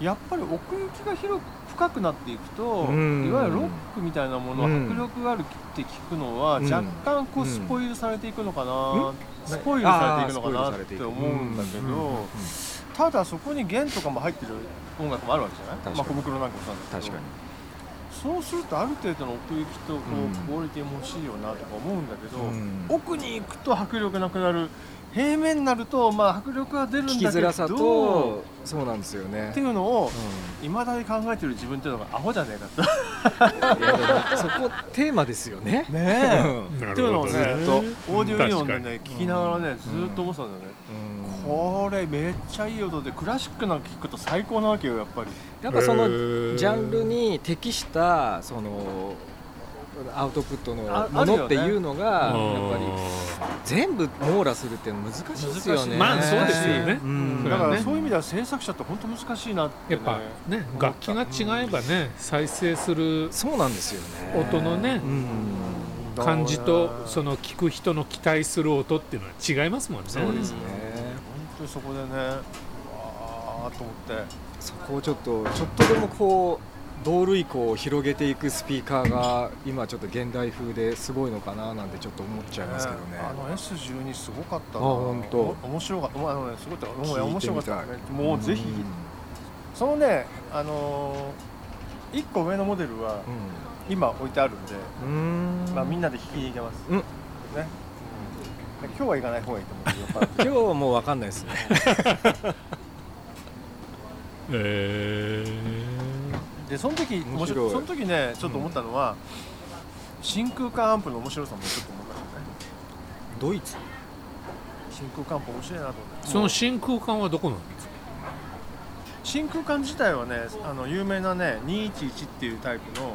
S3: い
S2: やっぱり奥行きが広く深くなっていくと、
S3: うん
S2: いわゆるロックみたいなものは
S3: うん
S2: 迫力があるって聞くのは、
S3: うん
S2: 若干こうスポイルされていくのかな、スポイルされていくのかなって思うんだけど、
S3: うんうんうん
S2: ただそこに弦とかも入ってる音楽もあるわけじゃない
S3: 確かに
S2: まあ、小袋なんかもそうなんです
S3: 確
S2: けど
S3: かに
S2: そうするとある程度の奥行きとこ
S3: うん
S2: うクオリティも欲しいよなとか思うんだけど、
S3: うん
S2: 奥に行くと迫力なくなる平面になるとまあ迫力は出るんだ
S3: 聞
S2: け
S3: き
S2: ど
S3: づらさとそうなんですよね
S2: っていうのをいまだに考えてる自分っていうのがアホじゃねえかって
S3: うんいやでもそこテーマですよね
S2: ね
S3: う
S2: え
S3: ん
S1: な
S2: っていう
S1: る
S2: のを
S1: ほど
S2: ね
S1: ね
S2: ずっとオーディオイオンで
S1: 確
S2: ね聞きながらねずっと思ってたんだよね、これめっちゃいい音でクラシックなんか聞くと最高なわけよやっぱり
S3: やっぱその
S1: へ
S3: ジ
S1: ー
S3: ャンルに適したそのアウトプットのも
S2: ああるよね
S3: のっていうのがやっぱり
S1: あ
S3: 全部網羅するっていうの難しいですよ
S2: 難し
S3: ね。
S2: い
S1: まあそうですよね
S3: うん
S1: そ
S2: だ
S1: れは
S2: か
S1: ね
S2: らそういう意味では制作者って本当難しいなって、
S1: ーや
S2: ね、
S1: っぱね楽器が違えばね再生する
S3: そうなんですよね。
S1: 音のね
S3: うん
S1: 感じとその聞く人の期待する音っていうのは違いますもんね
S3: そうですね。
S2: 本当にそこでねわーと思って
S3: そこをちょっとちょっとでもこう道類庫を広げていくスピーカーが今ちょっと現代風ですごいのかななんてちょっと思っちゃいますけどね。
S2: あの S12 すごかった
S3: あ本当
S2: お面白かったまああのねすごかった
S3: 聞いてみたい
S2: 面白かったねもうぜひ
S3: うん
S2: そのねあのー、1個上のモデルは今置いてあるんで、
S3: うん。
S2: まあ、みん
S3: な
S2: なで弾きに行けます、
S3: うん
S2: ね、今日は行かない方がいいと思うけ どやっぱ
S3: 今日はもうわかんないですね。
S1: え
S2: りでその時
S3: 面
S2: 面白
S3: 白い
S2: その時ねちょっと思ったのは、真空管アンプの面白さもちょっと思いましたね
S3: ドイツ。
S2: 真空管アンプ面白いなと思って
S1: その真空管はどこなの
S2: 真空管自体はねあの有名なね211っていうタイプの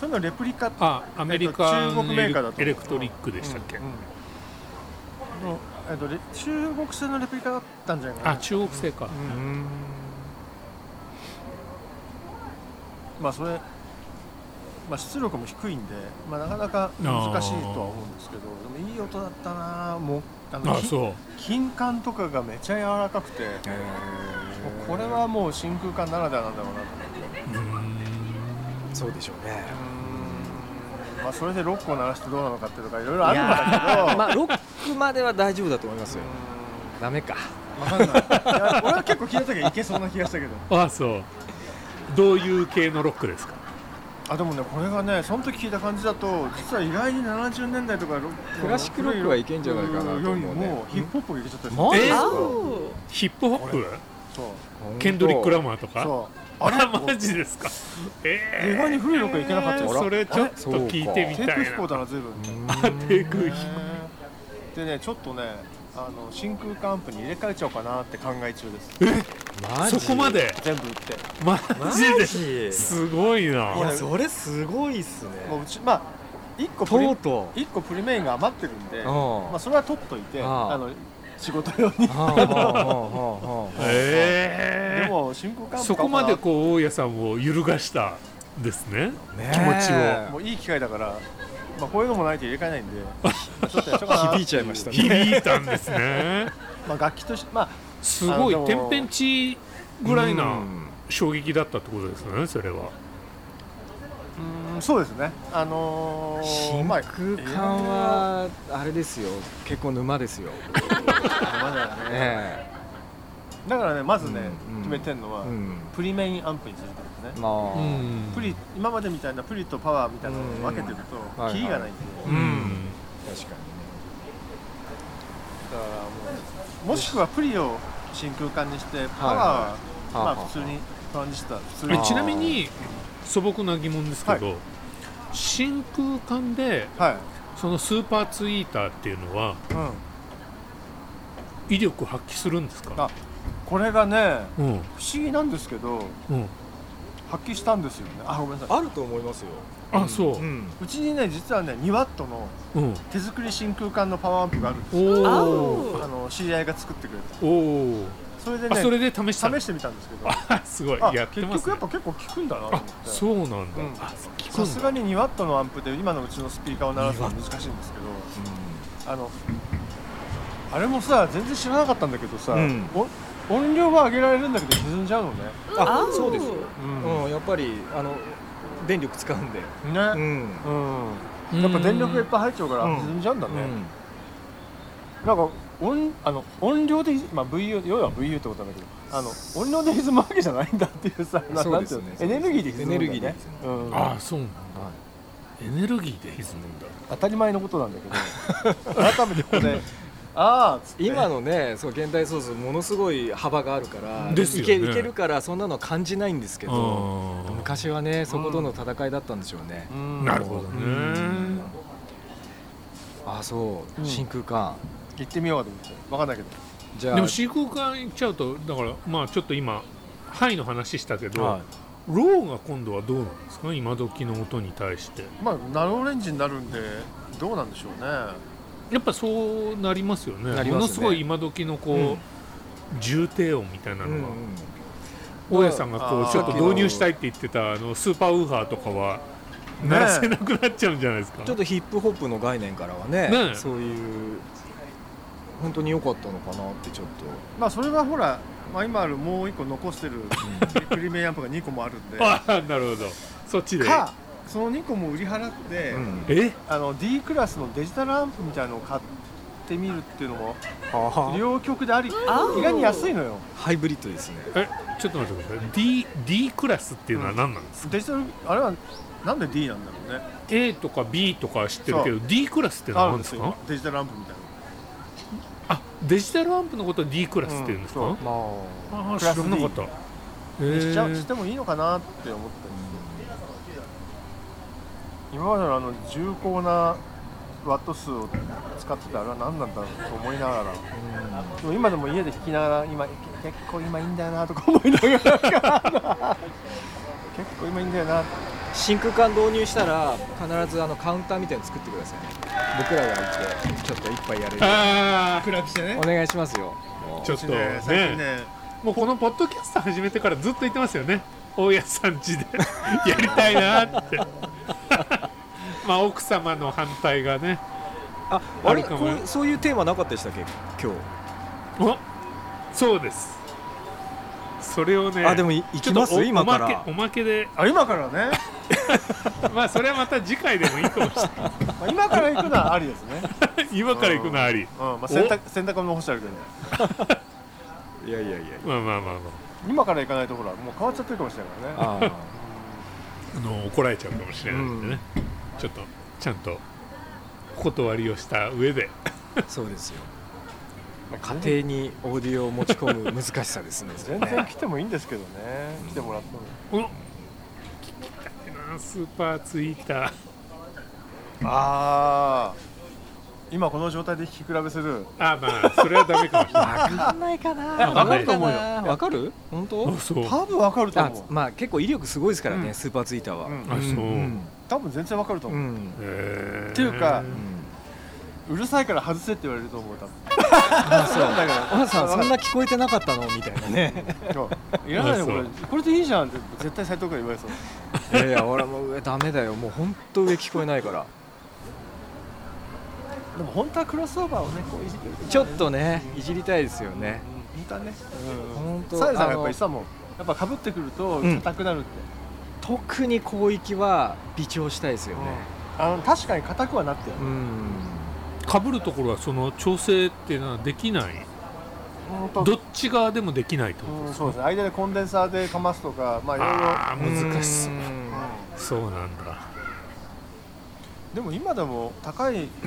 S2: それのレプリカって
S1: あアメリカ
S2: えっと中国メーカーだと
S1: エレクトリックでしたっけ
S2: うんうんのえっとレ中国製のレプリカだったんじゃないか
S1: あ
S2: な
S1: 中国製か
S3: うん。
S2: まあそれ、まあ、出力も低いんで、まあ、なかなか難しいとは思うんですけどでもいい音だったなもうあの
S1: あ
S2: き
S1: そう
S2: 金管とかがめちゃ柔らかくて
S3: へ
S2: も
S3: ー
S2: うこれはもう真空管ならではなんだろうなと
S3: そうでしょうね。
S2: まあ、それでロックを鳴らしてどうなのかってとかいろいろあるんだけど、
S3: まあロックまでは大丈夫だと思いますよ。ダメか。
S2: わかんないいや俺は結構聞いた時はいけそうな気がしたけど
S1: あそうどういう系のロックですか
S2: あでもねこれがねその時聞いた感じだと実は意外に70年代とかロック
S3: クラシックロックはいけんじゃないかなと思うね
S2: よりもヒップホップがいけちゃったりする
S3: マジ
S1: え
S3: ですか
S1: ヒップホップ
S2: そう
S1: ケンドリック・ラ
S3: ム。
S1: マーとか
S2: そう
S1: あらマジですかええ
S2: 意外に古いロックはいけなかったよ
S1: それちょっと聞いてみた
S2: テ
S1: い
S2: ー
S1: な
S2: プ飛行だな随分
S1: あテーク飛行
S2: でねちょっとねあの真空管アンプに入れ替えちゃおうかなって考え中です
S3: マ
S1: そこま。で
S2: 全部売って
S1: マ
S3: マ
S1: ジで
S3: ジ。
S1: すごい
S3: い
S1: な
S3: やそれすごいっすね。
S2: もううちまあ1個プ
S3: とう
S2: リ
S3: とう。
S2: 一個プリメインが余ってるんで
S3: ん
S2: まあそれは取っといて
S3: ああ
S2: あの仕事用に
S3: はあはあはあはあ
S1: え
S2: で
S1: え
S2: も真空管アンプ
S1: そこまでこう大家さんを揺るがしたですね
S3: ね
S1: 気持ち
S2: う
S1: を
S2: もういい機会だからまあこういうのもないと入れ替えないんでちょっとやっちゃおうかなってう
S3: 響いちゃいましたね
S1: 響いたんですね
S2: まあ楽器としてまあ
S1: すご
S2: あ
S1: い
S2: ので
S1: 天
S2: も
S1: 変地異ぐらいな
S3: うん
S1: 衝撃だったってことですねそれは
S2: うんそうですねあのー
S3: 真
S2: まあ
S3: 空管はあれですよ。結構沼ですよ。
S2: まだだね
S3: え
S2: だからねまずね、
S3: うんうん
S2: 決めてんの
S3: え
S2: は、
S3: うん。
S2: プリメインアンプにするってことね、
S3: まあ。
S1: うん
S2: プリ今までみたいなプリとパワーみたいなのを分けてる
S3: うんはいは
S2: と
S3: い
S2: キリがないんで、
S3: う
S1: うん
S3: ん確か
S2: だからもうもしくはプリを真空管にしてパワーは
S3: はい
S2: ま
S3: は
S2: あ
S3: い
S2: 普通にトランジスタ普通に
S1: えちなみに素朴な疑問ですけど、真空管で
S2: はい、
S1: そのスーパーツイーターっていうのは
S2: うん、
S1: 威力発揮するんですか
S2: あこれがね
S1: うんうん
S2: 不思議なんですけど発揮したんですよねあごめんなさい
S3: に。あると思いますよ。
S1: あそう、
S3: ん。
S2: うちにね実はね2ワットの
S1: うん
S2: 手作り真空管のパワーアンプがあるんです
S1: お
S2: よ
S1: お
S2: あの知り合いが作ってくれた
S1: おお
S2: それで
S1: あ
S2: ね
S1: それで試したの
S2: 試してみたんですけど
S1: あすごい
S2: あ
S1: やって
S2: 結
S1: ます、
S2: 局
S1: ね
S2: やっ、ぱ結構効くんだなと思っ
S1: あ
S2: て
S1: そうなんだ、
S2: うん
S1: あ聞く
S2: さ
S1: ん
S2: す
S1: だ
S2: がに 2W のアンプで今のうちのスピーカーを鳴らすのは難しいんですけどあのあれもさ全然知らなかったんだけどさ、
S3: うん
S2: お音量は上げられるんだけど沈んじゃうのね
S3: あ
S6: 合う
S3: そうですよ、
S2: うん、
S3: うん、やっぱりあの電力使うんで、う
S2: ね
S3: ん
S2: うん、やっぱ電力がいっぱい入っちゃうか
S3: うん
S2: ら沈んじゃうんだね、
S3: うん
S2: なんか音あの音量で、まあ、VU 要は VU ってことなんだけどあの音量で歪むわけじゃないんだっていうさな
S3: そうですね
S2: なんていうのエネルギーで歪むんだ、ね、
S3: エネルギーで歪
S2: うん、
S1: ああそうなんだエネルギーで歪むんだ
S2: 当たり前のことなんだけど改めてここ でああつって
S3: 今のねそう現代ソースものすごい幅があるから
S1: ですよ
S3: い
S1: ね
S3: けいけるからそんなの感じないんですけど昔はねそことの戦いだったんでしょうね
S2: う、
S1: あ
S2: ん
S1: ーなるほどね
S3: あそう、
S2: うん
S3: 真空管
S2: 行ってみようと思って分かんないけど
S3: じゃあ
S1: でも飼育館行っちゃうとだからまあちょっと今ハイの話したけど、
S3: はい
S1: ローが今度はどうなんですか今時の音に対して
S2: まあナノレンジになるんでどうなんでしょうね
S1: やっぱそうなりますよね
S3: なり
S1: も
S3: ますね
S1: のすごい今時のこう、
S3: うん
S1: 重低音みたいな
S3: う
S1: の
S3: んうん
S1: が、大家さんがこ
S2: あ
S1: う
S2: ー
S1: ちょっと導入したいって言ってたあのスーパーウーハーとかは鳴らせなくなっちゃうんじゃないですか、
S3: ちょっとヒップホップの概念からはね
S1: ね
S3: そういう本当に良かったのかなってちょっ
S2: まあそれはほら、まあ、今あるもう一個残してるクリメイアンプが2個もある んで
S1: ああなるほどそっちで
S2: かその2個も売り払って、
S3: と、うん、
S1: え
S2: あの D クラスのデジタルアンプみたいのを買ってみるっていうのも両極であり
S6: あー
S2: 意外に安いのよ
S3: ハイブリッドですね
S1: えちょっと待ってください D, D クラスっていうのは何なんですか、
S2: デジタルあれはなんで D なんだろうね
S1: A とか B とかは知ってるけど D クラスって
S2: あ
S1: 何
S2: る
S1: で
S2: んですす
S1: か
S2: よデジタルアンプみたいな
S1: あデジタルアンプのことを D クラスっていうんですか、
S2: うんそう
S3: まあ
S1: ああ
S2: ク
S1: 知
S2: ラ
S1: ら
S2: ス D
S1: なかったえ
S2: しちゃしてもいいのかなって思ってるんですよ今までのあの重厚なワット数を使ってたあれは何なんだろうと思いながらでも今でも家で弾きながら今結構今いいんだよなとか思いながら 結構今いいんだよな
S3: 真空管導入したら必ずあのカウンターみたいの作ってくださいね僕らがいてちょっと一杯やれる
S1: あ
S2: 暗くしてね
S3: お願いしますよ
S1: あちょっとね
S2: 最近ね
S1: もうこのポッドキャスト始めてからずっと言ってますよね大家さん 家でやりたいなって まあ奥様の反対がね
S3: ああ
S1: あ
S3: れ
S1: るかも
S3: こうそういうテーマなかったでしたっけ今
S1: おそうですそれをね
S3: 日あでもい行
S1: ちょ
S3: き
S1: っと
S3: ます
S1: お
S3: 今か
S1: おま
S3: ら
S1: けおまけで
S2: あ今からね、
S1: まあそれはまた次回でもいいか もしれない
S2: まあ、今から行くのはありですね、
S1: 今から行くのあり
S2: うんまあ、洗濯洗濯物干してあるけど
S3: いやいやいや
S1: まあまあまあまあ
S2: 今から行かないとほらもう変わっちゃってるかもしれないからね
S3: あー
S1: あの怒られちゃうかもしれないんでね、ちょっとちゃんとお断りをした上 で
S3: そうですよ家庭にオーディオを持ち込む難しさですね それ
S2: 全
S3: ね
S2: 然来てもいいんですけどね、来てもらっても
S1: お聞きたいなスーパーツイーター
S2: ああ今この状態で聞き比べする
S1: あま あそれはダメかもしれない
S3: わかんないかな
S1: わかんない
S3: と思うよわかる本当
S1: あそう
S2: 多分わかると
S3: あ
S2: 思う、
S3: まあ結構威力すごいですからね、
S2: うん
S3: スーパーツイーターは、
S2: うん
S1: あそう、
S3: うん
S2: 多分全然わかると
S3: う
S2: 思う、
S3: ん
S1: えー
S2: っていうか
S3: うん
S2: うるさいから外せって言われると思う多分
S3: あそう
S2: そう だから
S3: お母さんそんな聞こえてなかったのみたいなね
S2: いらないよこれ
S1: あ
S2: これでいいじゃんって絶対斉藤から言われそう
S3: いやいや俺もう上ダメだよもう本当上聞こえないから
S2: でも本当はクロスオーバーをねこういじってる
S3: ちょっとねいじりたいですよね
S2: 本当はね、
S3: 本
S2: う
S3: 当
S2: ん、サヤさんが
S3: あ
S2: やっ
S3: の
S2: ぱりさもんやっぱ被ってくると
S3: うん
S2: 硬くなるって、
S3: 特に広域は微調したいですよね
S2: あの確かに硬くはなってる
S3: う、ん
S1: かぶるところはその調整っていうのはできない
S2: うんと
S1: どっち側でもできないってこと
S2: う
S1: で
S2: ん、
S1: す
S2: そ
S1: か、
S2: うですね間でコンデンサーでかますとかまあいろいろ
S1: ああ難しそう
S3: う、ん
S1: そうなんだ
S2: でも今でも高い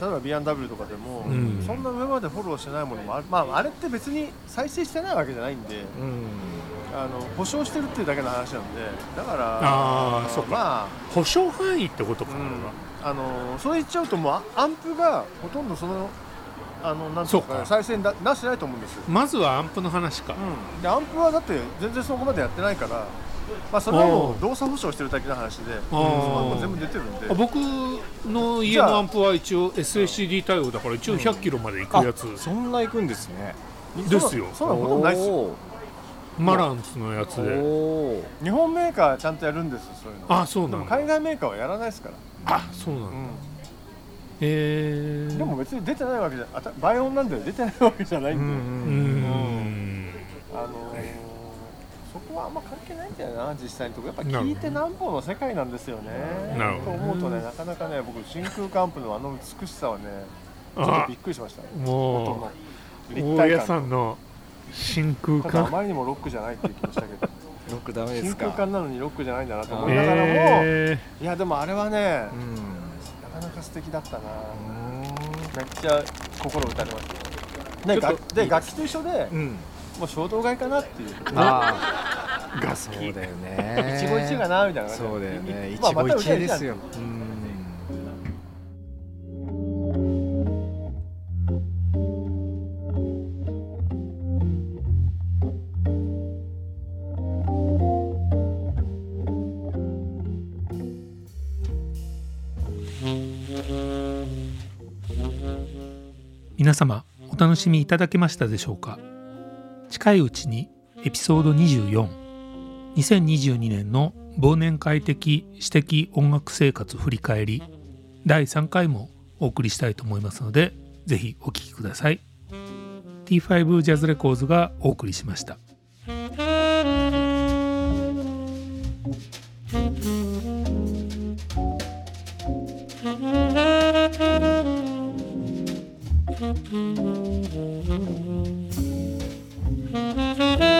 S2: 例えば B&W とかでも、
S1: うん
S2: そんな上までフォローしてないものもある、まあ、あれって別に再生してないわけじゃないんで
S3: うん
S2: あの保証してるっていうだけの話なんでだから
S1: あー
S2: の
S1: そうか
S2: ま
S1: 保証範囲ってこと
S2: あ、
S1: か
S2: う
S1: な、
S2: ん、あのそれ言っちゃうともうアアンプがほとんどそのあのなんていうの
S1: そう
S2: か
S1: か
S2: 再生に出出してないと思うんですよ、
S1: まずはアンプの話か、
S2: うん、でアンプはだって全然そこまでやってないから、まあ、それはも
S1: おう
S2: う動作保証してるだけの話で、うん、そこはもう全部出てるんで
S1: あ僕の家のアンプは一応 SACD 対応だから一応100キロまで行くやつ、
S3: そんな行くんですね
S1: ですよ
S2: そんなそんなことないですよ
S3: お
S1: マランスのやつ
S3: ー
S1: で
S3: おー
S2: 日本メーカーはちゃんとやるんですよそういうの
S1: あそうなん
S2: でも
S1: だ
S2: 海外メーカーはやらないですから、
S1: あそうなんだ、えー、
S2: でも別に出てないわけじゃあた倍音なんで出てないわけじゃない
S3: うん
S2: で、
S1: うー
S3: ん
S1: ん
S2: そこはあんま関係ないんだよな実際のところやっ
S4: な
S2: ぱ
S4: るほど
S2: 聞いてなんぼの世界なんですよね
S4: なるほど
S2: と思うとねなかなかね僕真空管プのあの美しさはねちょっとびっくりしましたね音
S4: も
S2: の
S4: う
S2: 立
S4: 大
S2: 体
S4: 家さ
S2: 感
S4: んの真空
S2: ただあ
S4: 管
S2: まりにもロックじゃないっていう気もしたけど
S3: ロックダメで
S2: 真
S3: す
S2: 空
S3: か
S2: 管なのにロックじゃないんだなと思いながらも、
S4: え
S2: いやでもあれはね、
S3: うん
S2: なかなか素敵だったな、
S3: う
S2: めっちゃ心打たれましたね
S3: ちょっと
S2: 楽で楽器と一緒で、
S3: んうん
S2: もう衝動買いかなっていう
S3: あ
S4: ー、ガス
S3: あ
S4: 器
S3: そうだよね
S2: 一期一会かなみたいな
S3: そうだよね一
S2: まあまた
S3: 期一会ですようん
S1: 皆様お楽しみいただけましたでしょうか近いうちにエピソード242022年の忘年会的私的音楽生活振り返り第3回もお送りしたいと思いますのでぜひお聴きください T5 ジャズレコーズがお送りしました
S5: 「